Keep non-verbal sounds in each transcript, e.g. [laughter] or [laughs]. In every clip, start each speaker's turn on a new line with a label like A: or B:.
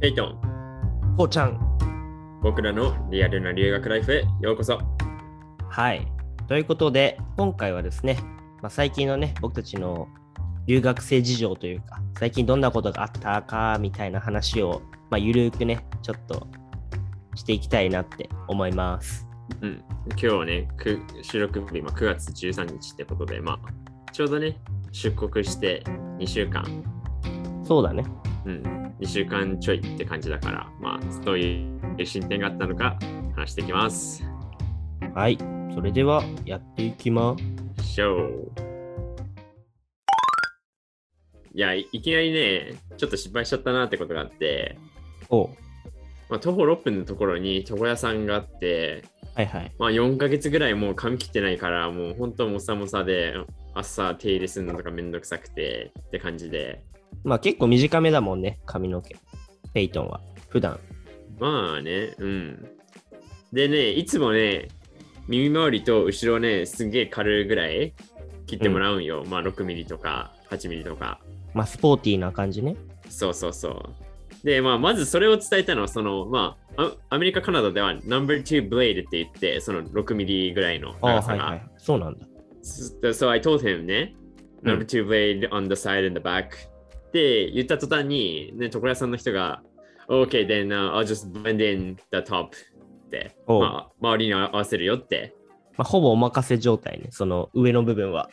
A: ヘイトン、
B: こうちゃん。
A: 僕らのリアルな留学ライフへようこそ。
B: はい。ということで、今回はですね、まあ、最近のね、僕たちの留学生事情というか、最近どんなことがあったかみたいな話を、まあ、ゆるーくね、ちょっとしていきたいなって思います。
A: うん、今日はね、く収録日は9月13日ってことで、まあ、ちょうどね、出国して2週間、
B: そうだね。
A: うん、2週間ちょいって感じだから、まあ、どういう進展があったのか話していきます。
B: はい。それでは、やっていきま
A: ショーいやい、いきなりね、ちょっと失敗しちゃったなってことがあって、
B: おう。
A: まあ、徒歩6分のところに床屋さんがあって、
B: はいはい。
A: まあ4ヶ月ぐらいもう髪切ってないから、もう本当もさもさで、朝手入れするのとかめんどくさくてって感じで、
B: まあ結構短めだもんね、髪の毛。ペイトンは。普段。
A: まあね、うん。でね、いつもね、耳周りと後ろね、すんげえ軽いぐらい切ってもらうんよ。まあ6ミリとか8ミリとか。
B: まあスポーティーな感じね。
A: そうそうそう。で、まあ、まずそれを伝えたのは、その、まあ、アアメリカ、カナダでは、ナンバー2ブレイドって言って、その6ミリぐらいの
B: あ
A: 長
B: あ、
A: さ
B: はい
A: が。
B: はい。そうなんだ。
A: S- So I told him ね、
B: うん
A: number two blade on the side and the back って言った途端に、ね、床屋さんの人が、Okay, then、I'll just blend in the top って、
B: おう
A: まあ、周りに合わせるよって。
B: まあ、ほぼお任せ状態ね、その上の部分は。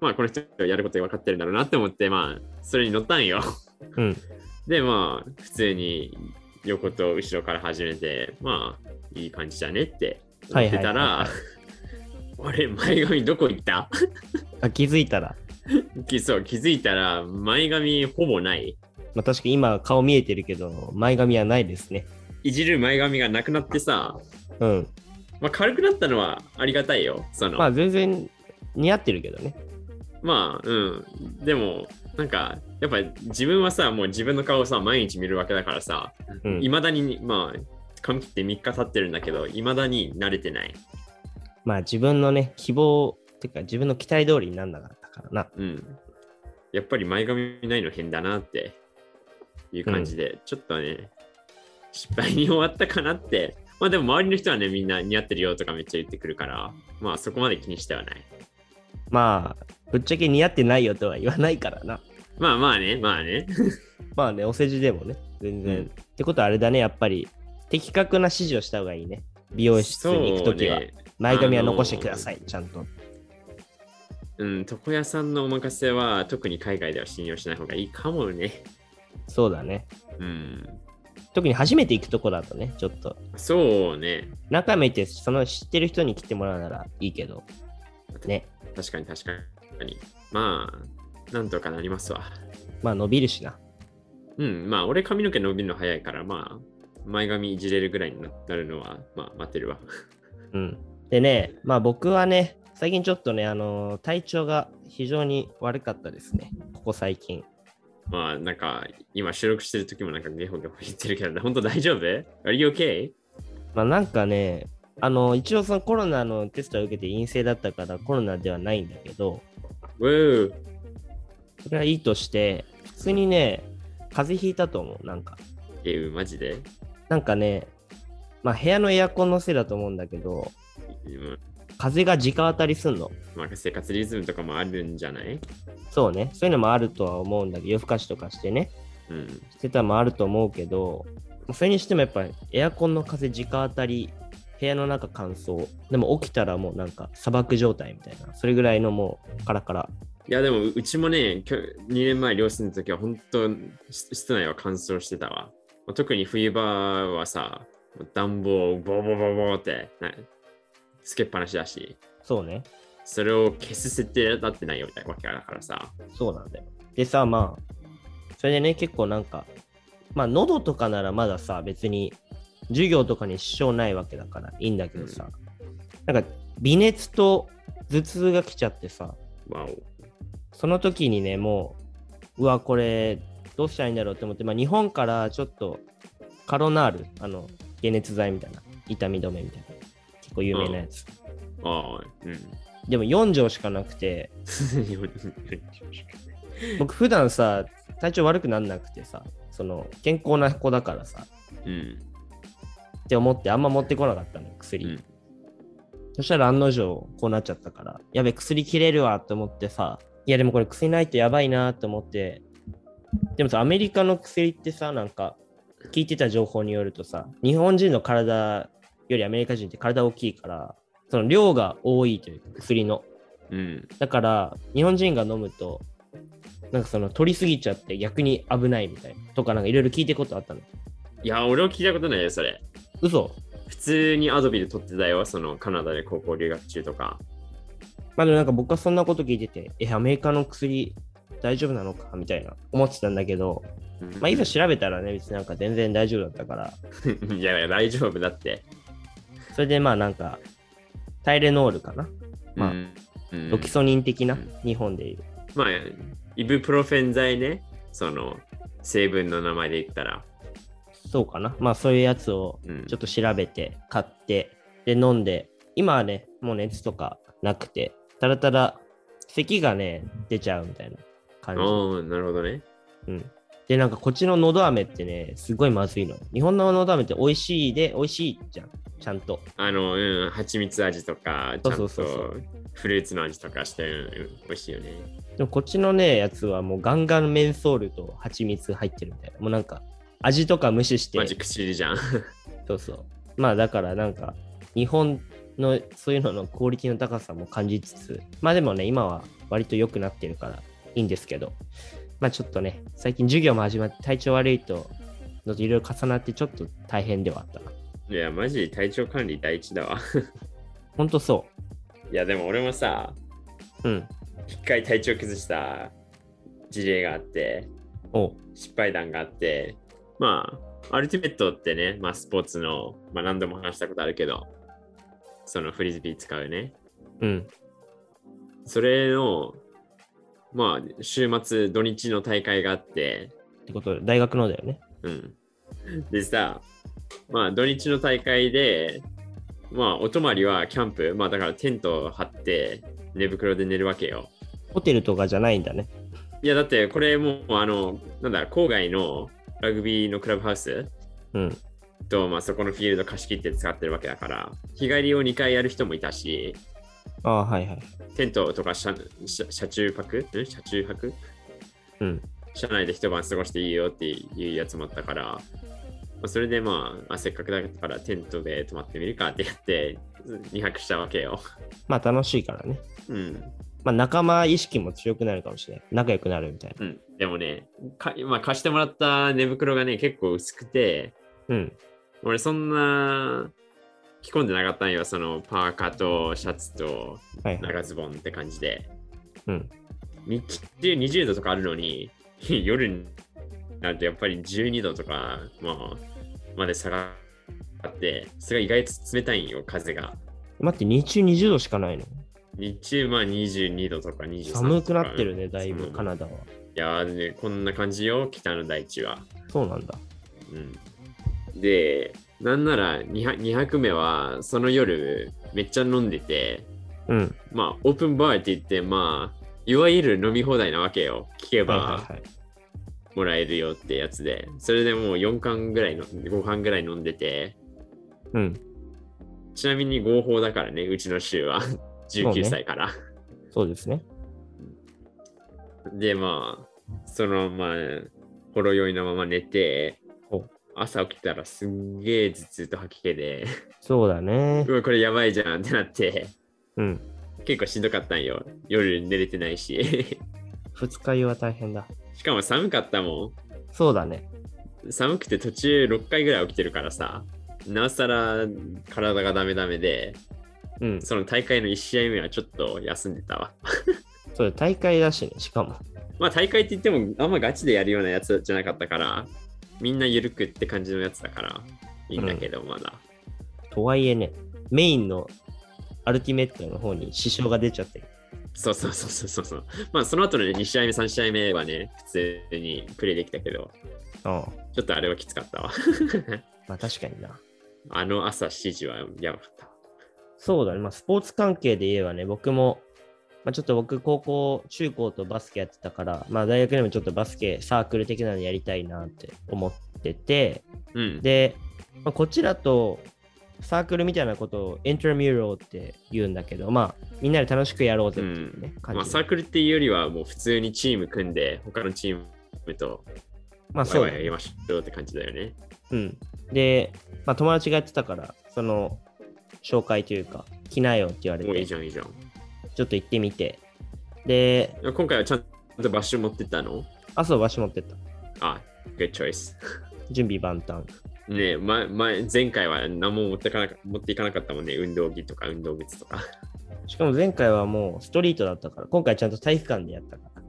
A: まあ、この人がやること分かってるんだろうなって思って、まあ、それに乗ったんよ。 [laughs]
B: うん。
A: で、まあ、普通に横と後ろから始めて、まあ、いい感じだねって言ってた
B: は
A: ら、 [laughs] 俺、前髪どこ行った [laughs]
B: あ気づいたら、
A: きそう気づいたら、前髪ほぼない。
B: まあ、確かに今顔見えてるけど、前髪はないですね。
A: いじる前髪がなくなってさ、
B: うん。
A: まあ、軽くなったのはありがたいよ。その
B: ま
A: ま
B: あ
A: あ、
B: 全然似合ってるけどね。
A: うん。でも、なんか、やっぱ自分はさ、もう自分の顔をさ、毎日見るわけだからさ、
B: うん
A: いまだに、まあ、髪切って3日経ってるんだけど、いまだに慣れてない。
B: まあ自分のね、希望、てか自分の期待通りになんなかったからな。
A: うん。やっぱり前髪ないの変だなっていう感じで、ちょっとね、失敗に終わったかなって。まあでも周りの人はね、みんな似合ってるよとかめっちゃ言ってくるから、まあそこまで気にしてはない。
B: まあ、ぶっちゃけ似合ってないよとは言わないからな。
A: まあまあね、まあね。
B: まあね、お世辞でもね、全然。
A: うん
B: ってことはあれだね、やっぱり、的確な指示をした方がいいね。美容室に行くときは、
A: そうね
B: 前髪は残してください、ちゃんと。
A: うん、床屋さんのお任せは特に海外では信用しない方がいいかもね。
B: そうだね。
A: うん。
B: 特に初めて行くとこだとね、ちょっと。
A: そうね。
B: 何回も言って、その知ってる人に来てもらうならいいけど、ね。
A: 確かに確かに。まあ、なんとかなりますわ。
B: まあ伸びるしな。
A: うん、まあ俺髪の毛伸びるの早いから、まあ、前髪いじれるぐらいになるのは、まあ待ってるわ。 [laughs]
B: うん。でね、まあ僕はね、最近ちょっとね、あのー体調が非常に悪かったですね。ここ最近。
A: まあなんか、今収録してる時もなんかゲホゲホ言ってるけどね、本当大丈夫 ?Are you okay?
B: まあなんかね、あのー一応そのコロナのテストを受けて陰性だったからコロナではないんだけど、
A: Woo!
B: それはいいとして、普通にね、風邪ひいたと思う、なんか。
A: えー、マジで
B: なんかね、まあ部屋のエアコンのせいだと思うんだけど、
A: うん
B: 風が直当たりすんの。
A: まあ生活リズムとかもあるんじゃない
B: そうね、そういうのもあるとは思うんだけど、夜更かしとかしてね。
A: うん。
B: してたのもあると思うけど、それにしてもやっぱりエアコンの風直当たり、部屋の中乾燥、でも起きたらもうなんか砂漠状態みたいな、それぐらいのもうカラカラ。
A: いやでもうちもね、きょ2年前両親の時は本当し室内は乾燥してたわ。まあ特に冬場はさ、暖房をボーボーボーボーってなつけっぱなしだし、
B: そうね、
A: それを消す設定だってないよみたいなわけだからさ。
B: そうなんだよ。でさ、まあ、それでね、結構なんか、まあ、喉とかならまださ、別に授業とかに支障ないわけだからいいんだけどさ、なんか微熱と頭痛が来ちゃってさ、
A: わお。
B: その時にね、もう、うわ、これ、どうしたらいいんだろうって思って、まあ、日本からちょっと、カロナール、あの、解熱剤みたいな、痛み止めみたいな、結構有名なやつ。
A: ああ、うん。 [laughs]
B: でも4錠しかなくて、僕、普段さ、体調悪くなんなくてさ、そその健康な子だからさ
A: うん。
B: って思ってあんま持ってこなかったのよ薬、
A: うん
B: そしたら案の定こうなっちゃったからやべ薬切れるわと思ってさいやでもこれ薬ないとやばいなと思ってでもさアメリカの薬ってさなんか聞いてた情報によるとさ日本人の体よりアメリカ人って体大きいからその量が多いというか薬の
A: うん。
B: だから日本人が飲むとなんかその取りすぎちゃって逆に危ないみたいなとかなんかいろいろ聞いてることあったの
A: いや、俺は聞いたことないよ、それ。
B: 嘘
A: 普通にアドビで取ってたよ、そのカナダで高校留学中とか。
B: まあでもなんか僕はそんなこと聞いてて、え、アメリカの薬大丈夫なのかみたいな思ってたんだけど、まあいざ調べたらね、別になんか全然大丈夫だったから、
A: うん [laughs] いやいや、大丈夫だって。
B: それでまあなんか、タイレノールかな、まあ
A: うん、うん
B: ロキソニン的な
A: うん
B: 日本でいう。
A: まあ、イブプロフェン剤ね、その成分の名前で言ったら。
B: そうかなまあそういうやつを
A: うん
B: ちょっと調べて、買って、で飲んで、今はね、もう熱とかなくて、たらたら咳がね、出ちゃうみたいな感じ。
A: おーなるほどね。
B: うん。で、なんかこっちののど飴ってね、すごいまずいの。日本ののど飴って美味しいで、美味しいじゃん。ちゃんと。
A: あの、うん、蜂蜜味とか、ちゃん
B: そ
A: と
B: うそうそうそう
A: フルーツの味とかして、うんうん美味しいよね。
B: でもこっちのね、やつはもうガンガンメンソールと蜂蜜入ってるみたいな。もうなんか、味とか無視して
A: マ。ジ口じゃん。 [laughs]
B: そうそう。まあだからなんか、日本のそういうののクオリティの高さも感じつつ、まあでもね、今は割と良くなってるからいいんですけど、まあちょっとね、最近授業も始まって体調悪いと、のといろいろ重なってちょっと大変ではあったな。
A: いや、マジ体調管理第一だわ。
B: ほんとそ
A: いや、でも俺もさ、
B: う。うん。
A: 一回体調崩した事例があって、
B: おう
A: 失敗談があって、まあ、アルティメットってね、まあ、スポーツの、まあ、何度も話したことあるけど、そのフリスビー使うね。
B: うん。
A: それの、まあ、週末、土日の大会があって、
B: ってことで、大学のだよね。
A: うん。でさ、まあ、土日の大会で、まあ、お泊まりはキャンプ、まあ、だからテントを張って、寝袋で寝るわけよ。
B: ホテルとかじゃないんだね。
A: いや、だって、これもう、あの、なんだ、郊外のラグビーのクラブハウス
B: うん。
A: と、まあ、そこのフィールド貸し切って使ってるわけだから、日帰りを2回やる人もいたし、
B: ああ、はいはい。
A: テントとか車車車中泊ん車中泊
B: うん。
A: 車内で一晩過ごしていいよっていうやつもあったから、まあそれでまあ、あせっかくだからテントで泊まってみるかってやって、2泊したわけよ。
B: まあ楽しいからね。
A: うん。
B: まあ仲間意識も強くなるかもしれない。仲良くなるみたい
A: うん、でもね、かまあ、貸してもらった寝袋がね、結構薄くて、
B: な。うん。
A: 俺そんな着込んでなかったんよ、そのパーカーとシャツと
B: はいはい。
A: 長ズボンって感じで。
B: うん。
A: 日中20度とかあるのに、 [laughs] 夜になるとやっぱり12度とか、まあ、まで下がって、それが意外と冷たいんよ、風が。
B: 待って、日中20度しかないの
A: 日中、まあ22度とか23度とか。
B: 寒くなってるね、だいぶ
A: うん
B: カナダは。
A: いやー、ね、こんな感じよ、北の大地は。
B: そうなんだ。
A: うん、で、なんなら 2, 2泊目は、その夜、めっちゃ飲んでて、
B: うん。
A: まあ、オープンバーって言って、まあ、いわゆる飲み放題なわけよ。聞け
B: はい
A: ば
B: はいはい。
A: もらえるよってやつで、それでもう4缶ぐらいの、5缶ぐらい飲んでて、
B: うん。
A: ちなみに合法だからね、うちの州は。 [laughs]
B: うね
A: 19歳から。
B: そうですね。
A: で、まあ、そのまま、ほろ酔いのまま寝て
B: お、
A: 朝起きたらすんげえ頭痛と吐き気で、 [laughs]
B: そうだね
A: う。わ、これやばいじゃんってなって、
B: うん。
A: 結構しんどかったんよ。夜寝れてないし。 [laughs]
B: 二日酔いは大変だ。
A: しかも寒かったも
B: そうだね。
A: ん。寒くて途中6回ぐらい起きてるからさ、なおさら体がダメダメで、
B: うん。
A: その大会の1試合目はちょっと休んでたわ。
B: そうだ、大会だしね、しかも。
A: まあ大会って言ってもあんまガチでやるようなやつじゃなかったから、みんな緩くって感じのやつだから、いいんだけど、まだ。
B: とはいえね、メインのアルティメットの方に支障が出ちゃってる。
A: そうそうそうそうそうそう。まあその後のね、2試合目、3試合目はね、普通にプレイできたけど、
B: うん。
A: ちょっとあれはきつかったわ。
B: まあ確かにな。
A: あの朝7時はやばかった。
B: そうだね、まあ、スポーツ関係で言えばね、僕もまあ、ちょっと僕、高校、中高とバスケやってたから、まあ、大学でもちょっとバスケ、サークル的なのやりたいなって思ってて、
A: うん。
B: で、まあ、こっちだと、サークルみたいなことをインターミューローって言うんだけど、まあ、みんなで楽しくやろうぜ
A: う
B: っていうね
A: ん、
B: 感じ
A: まあ、サークルっていうよりは、もう普通にチーム組んで、他のチームとワ
B: まあ、
A: イ
B: そう
A: ワ
B: だ
A: イや
B: ね
A: りましょうって感じだよね。
B: うん、で、まあ、友達がやってたから、その紹介というか、来なよって言われ
A: もういい
B: て、
A: じ
B: ち
A: ゃん、いいじゃん。
B: ょっと行ってみて、で、
A: 今回はちゃんと場所持ってったの
B: 朝場所持ってった。
A: あ、good choice。
B: 準備万端。
A: ねえ、ま、前前回は何も持ってかなか持っていかなかったもんね。運動着とか運動靴とか。
B: しかも前回はもうストリートだったから、今回ちゃんと体育館でやったから、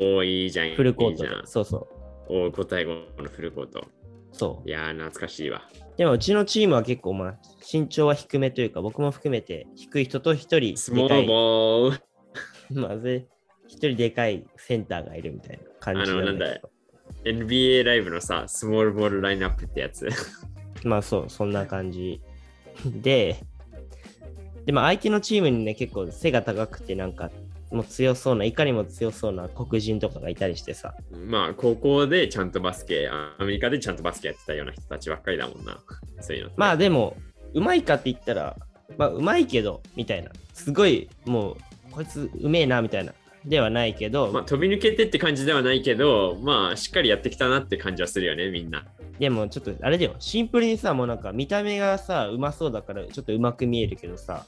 A: おお、いいじゃん。
B: フルコ
A: い
B: ー
A: い
B: ト
A: じ
B: で
A: ゃん。
B: そうそう。
A: おお、5対5のフルコート。
B: そ
A: いやー、懐かしいわ。
B: う。でもうちのチームは結構まあ身長は低めというか、僕も含めて低い人と一人
A: ス
B: で
A: モ
B: か
A: ー
B: い、
A: ボール。
B: まず一人でかいセンターがいるみたいな感じ
A: あの
B: なんだけど。
A: NBA ライブのさ、スモールボールラインナップってやつ。 [laughs]
B: まあそう、そんな感じ。で、でも相手のチームにね、結構背が高くて、なんか、もう強そうな、いかにも強そうな黒人とかがいたりしてさ、
A: まあ、高校でちゃんとバスケ、アメリカでちゃんとバスケやってたような人たちばっかりだもんな。そういうのって。
B: まあでも、うまいかって言ったら、まあうまいけど、みたいな。すごい、もう、こいつうめえな、みたいな。ではないけど、
A: まあ、飛び抜けてって感じではないけど、まあ、しっかりやってきたなって感じはするよね、みんな。
B: でもちょっとあれだよ、シンプルにさ、もうなんか見た目がさ、うまそうだから、ちょっとうまく見えるけど
A: [laughs]
B: さ、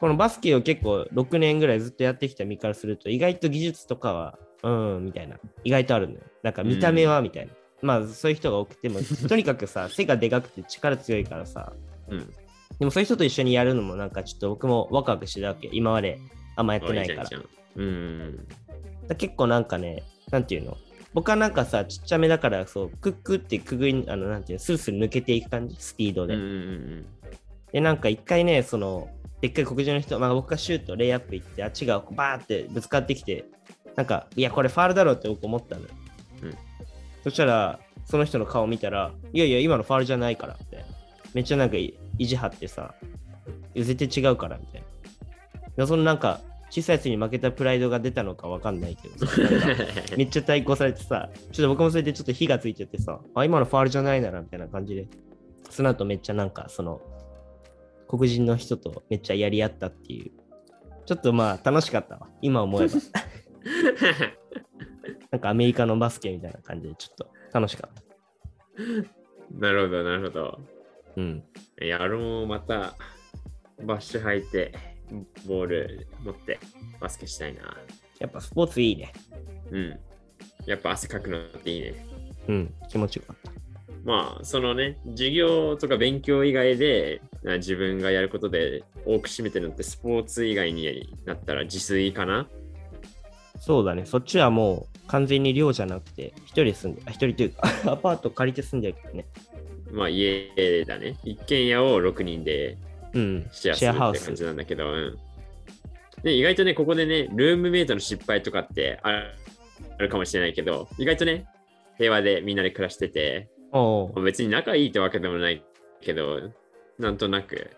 B: このバスケを結構6年ぐらいずっとやってきた身からすると、意外と技術とかは、うん、みたいな、意外とあるのよ。なんか見た目は、みたいな。まあそういう人が多くても、とにかくさ、背がでかくて力強いからさ、
A: うん。
B: でもそういう人と一緒にやるのもなんかちょっと僕もワクワクしてたわけ。今まであんまやってないから。
A: あいいじゃんいいじゃんうん。
B: だから結構なんかね、なんていうの僕はなんかさ、ちっちゃめだから、そう、クックってくぐり、あの、なんていうの、スルスル抜けていく感じ、スピード
A: うんう
B: で。
A: んうん
B: で、なんか一回ね、その、でっかい黒人の人、まあ僕がシュート、レイアップ行って、あっちがバーってぶつかってきて、なんか、いや、これファールだろうって僕思ったのよ。
A: うん
B: そしたら、その人の顔見たら、いやいや、今のファールじゃないからって。めっちゃなんかい意地張ってさ、いや絶対違うからみたいな。そのなんか、小さいやつに負けたプライドが出たのかわかんないけどさ、なんかめっちゃ対抗されてさ、ちょっと僕もそれでちょっと火がついちゃってさ、あ、今のファールじゃないならみたいな感じで、その後めっちゃなんか、その、黒人の人とめっちゃやり合ったっていう、ちょっとまあ楽しかったわ、今思え [laughs] ば。なんかアメリカのバスケみたいな感じで、ちょっと楽しかった。
A: [laughs] なるほど、なるほど。
B: うん。
A: いや、俺もまた、バッシュ履いて、ボール持って、バスケしたいな。
B: やっぱスポーツいいね。
A: うん。やっぱ汗かくのっていいね。
B: うん、気持ちよかった。
A: まあ、そのね、授業とか勉強以外で、あ自分がやることで多く占めてるのって、スポーツ以外になったら自炊かな
B: そうだね、そっちはもう完全に寮じゃなくて、一人で住んで、あ、一人というか、 [laughs] アパート借りて住んでるからね。
A: まあ、家だね。一軒家を6人で
B: うん、
A: シェアす
B: シ
A: る
B: ェアハ
A: っ
B: ウ
A: て感じ
B: ス。
A: なんだけど、うんで意外とね、ここでね、ルームメイトの失敗とかってあるあるかもしれないけど、意外とね、平和でみんなで暮らしてて、
B: おう
A: 別に仲いいってわけでもないけど、なんとなく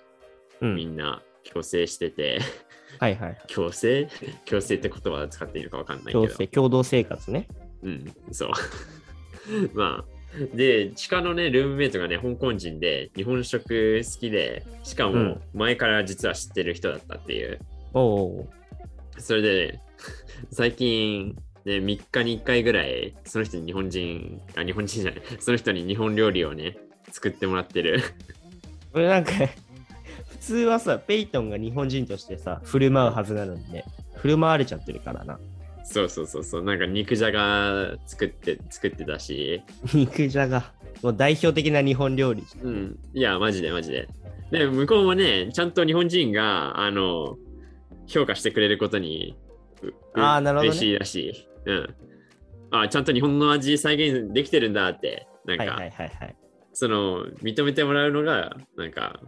B: う
A: み
B: ん、
A: んな共生してて、 [laughs]
B: はいはい。
A: 共 [laughs] 生共生って言葉を使っているかわかんないけ
B: 共
A: ど、
B: 生、共同生活ね。
A: うん、そう。 [laughs] まあ、で、地下のね、ルームメイトがね、香港人で、日本食好きで、しか
B: う
A: も
B: ん
A: 前から実は知ってる人だったっていう。
B: おう
A: それで、 [laughs] 最近、ね、3日に1回ぐらい、その人に日本人、あ、日本人じゃない、その人に日本料理をね、作ってもらってる。 [laughs]
B: これなんか、普通はさ、ペイトンが日本人としてさ、振る舞うはずなのにね、振る舞われちゃってるからな。
A: そうそうそうそう、なんか肉じゃが作って、作ってたし、
B: 肉じゃが。もう代表的な日本料理。
A: うん、いや、マジでマジで。で、向こうもね、ちゃんと日本人が、あの、評価してくれることに、うう
B: あーなるほどね
A: 嬉しいらしい。うん。あ、ちゃんと日本の味再現できてるんだって、なんか、
B: はいはいはいはい。
A: その認めてもらうのがなんか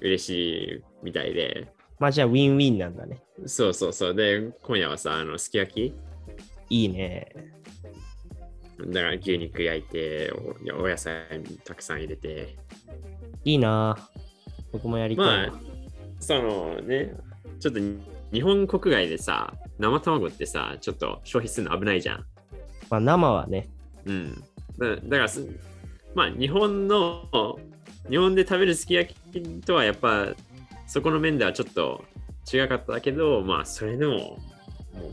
A: 嬉しいみたいで
B: まあじゃあ、ウィンウィンなんだね。
A: そうそうそうで今夜はさあのすき焼き
B: いいね。
A: だから牛肉焼いておいやお野菜たくさん入れて
B: いいなぁ僕もやりたい
A: ま
B: な。
A: あそのねちょっと日本国外でさ、生卵ってさ、ちょっと消費するの危ないじゃん。
B: まあ、生はね、
A: うん。だだからす、まあ、日本の、日本で食べるすき焼きとはやっぱ、そこの面ではちょっと違かったけど、まあ、それでも、も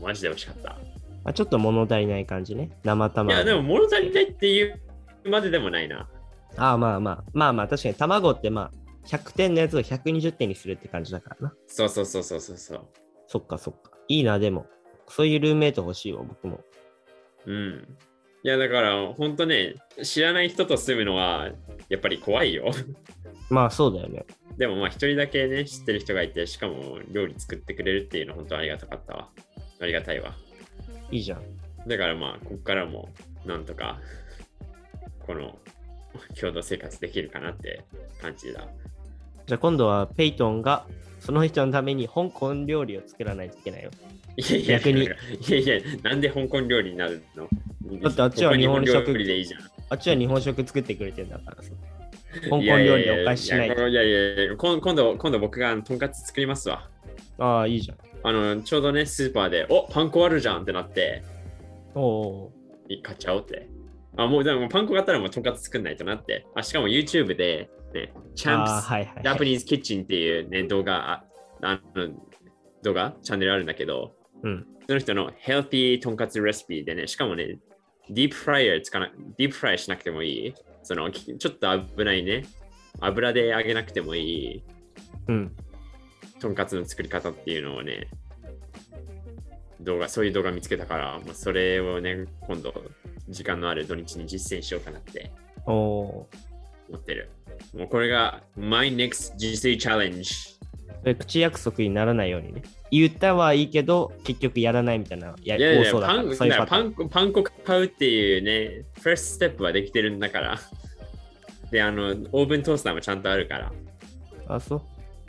A: うマジで美味しかった。
B: まあ、ちょっと物足りない感じね。生
A: い
B: 卵。
A: や、でも物足りないっていうまででもないな。
B: ああまあまあ、まあまあ、確かに卵ってまあ、100点のやつを120点にするって感じだからな。
A: そうそうそうそうそうそう。
B: そっかそっか。いいな、でも。そういうルームメイト欲しいわ、僕も。
A: うん。いや、だから、本当ね、知らない人と住むのは、やっぱり怖いよ。
B: まあそうだよね。
A: でも、まあ、一人だけね、知ってる人がいて、しかも料理作ってくれるっていうのは、本当ありがたかったわ。ありがたいわ。
B: いいじゃん。
A: だから、まあ、こっからも、なんとか、この、共同生活できるかなって感じだ。
B: じゃあ今度はペイトンがその人のために香港料理を作らないといけないよ。
A: いやいや、
B: 逆に
A: いやいや、なんで香港料理になるの
B: だってあっちは日
A: こ
B: 本
A: こ
B: 食
A: 料理でいいじゃん。
B: あっちは日本食作ってくれてん
A: [laughs]
B: だからさ。香港料理でお返ししない
A: や
B: と。
A: ややいやいやいや、今今度、今度僕があのとんかつ作りますわ。
B: ああ、いいじゃん。
A: あの、ちょうどね、スーパーで、おパン粉あるじゃんってなって、
B: おお
A: い買っちゃおうって。あ、もう、でもパン粉買ったらもうとんかつ作んないとなって。あ、しかも YouTube で、ね、チ
B: ー。
A: ャンプ
B: ああ、
A: ス、
B: はいはい、
A: ジャ
B: は
A: パ
B: い。
A: ニーズキッチンっていうね、動画、ああの、動画、チャンネルあるんだけど、
B: うん。
A: その人のヘル t ーとんかつレシピでね、しかもね、ディープフライヤーつかな、ディープフライしなくてもいい。その、きちょっと危ないね。油で揚げなくてもいい。
B: うん。
A: とんかつの作り方っていうのをね、動画、そういう動画見つけたから、もうそれをね、今度、時間のある土日に実践しようかなって
B: おおー。
A: 思ってる。もうこれが、my next 実践チャレンジ。
B: それ口約束にならないようにね。言ったはいいけど、結局やらないみたいな、や
A: いやい
B: 多
A: や、
B: そうだか
A: パン
B: ら、
A: だ
B: そういう
A: から
B: パタ
A: パ
B: ーン。
A: ン粉パン粉買うっていうね、フ i ース t ステップはできてるんだから。で、あの、オーブントースターもちゃんとあるから。
B: あ、そう。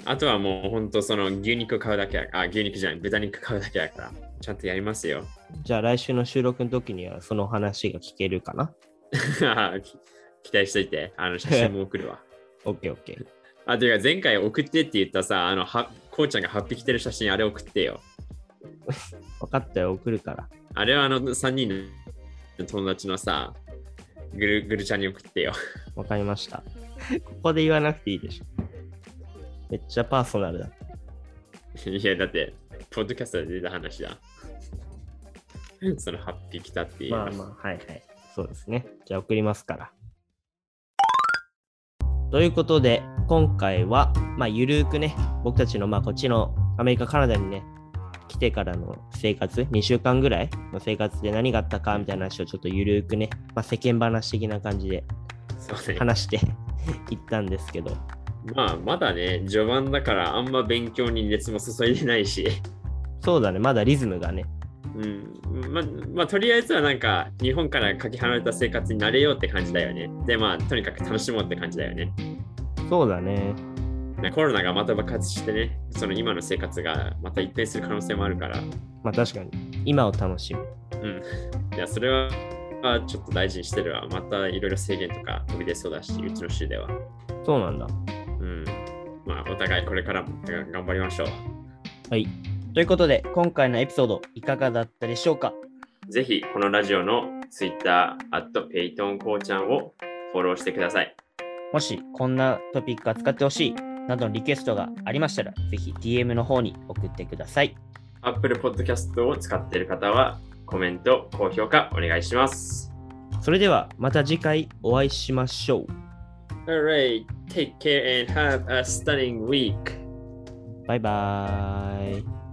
A: あとはもう本当その牛肉買うだけや、あ、牛肉じゃない、豚肉買うだけやから、ちゃんとやりますよ。
B: じゃあ来週の収録の時にはその話が聞けるかな
A: [laughs] 期待しといて、あの写真も送るわ。 [laughs]
B: オッケーオッケー。
A: あ、というか前回送ってって言ったさ、あの、はこうちゃんが8匹着てる写真、あれ送ってよ。
B: 分かったよ、送るから。
A: あれはあの3人の友達のさ、ぐるぐるちゃんに送ってよ。 [laughs]
B: わかりました。ここで言わなくていいでしょ。めっちゃパーソナルだ。
A: いや、だって、ポッドキャストで出た話だ。 [laughs] その8匹来たっていう。
B: まあまあ、はいはい。そうですね。じゃあ送りますから。ということで、今回は、まあ、ゆるーくね、僕たちの、まあ、こっちのアメリカ、カナダにね、来てからの生活、2週間ぐらいの生活で何があったかみたいな話をちょっとゆるーくね、まあ、世間話的な感じで
A: そうね
B: 話して [laughs] いったんですけど、
A: まあ、まだね、序盤だからあんま勉強に熱も注いでないし。
B: そうだね、まだリズムがね、
A: うんままあ、とりあえずはなんか日本からかけ離れた生活に慣れようって感じだよね。でまあとにかく楽しもうって感じだよね。
B: そうだね、
A: ねコロナがまた爆発してね、その今の生活がまた一変する可能性もあるから、
B: まあ確かに、今を楽しむ。
A: うん。いや、それはあちょっと大事にしてるわ。またいろいろ制限とか飛び出そうだし、うちの州では。
B: そうなんだ。
A: うん。まあお互いこれからもが頑張りましょう。
B: はい。ということで、今回のエピソード、いかがだったでしょうか
A: ぜひこのラジオの Twitter、アットペイトンこうちゃんをフォローしてください。
B: もし、こんなトピック扱ってほしい、などのリクエストがありましたら、ぜひ DM の方に送ってください。
A: Apple Podcast を使っている方はコメント、高評価お願いします。
B: それでは、また次回お会いしましょう。
A: Alright, take care and have a stunning week.
B: バイバーイ。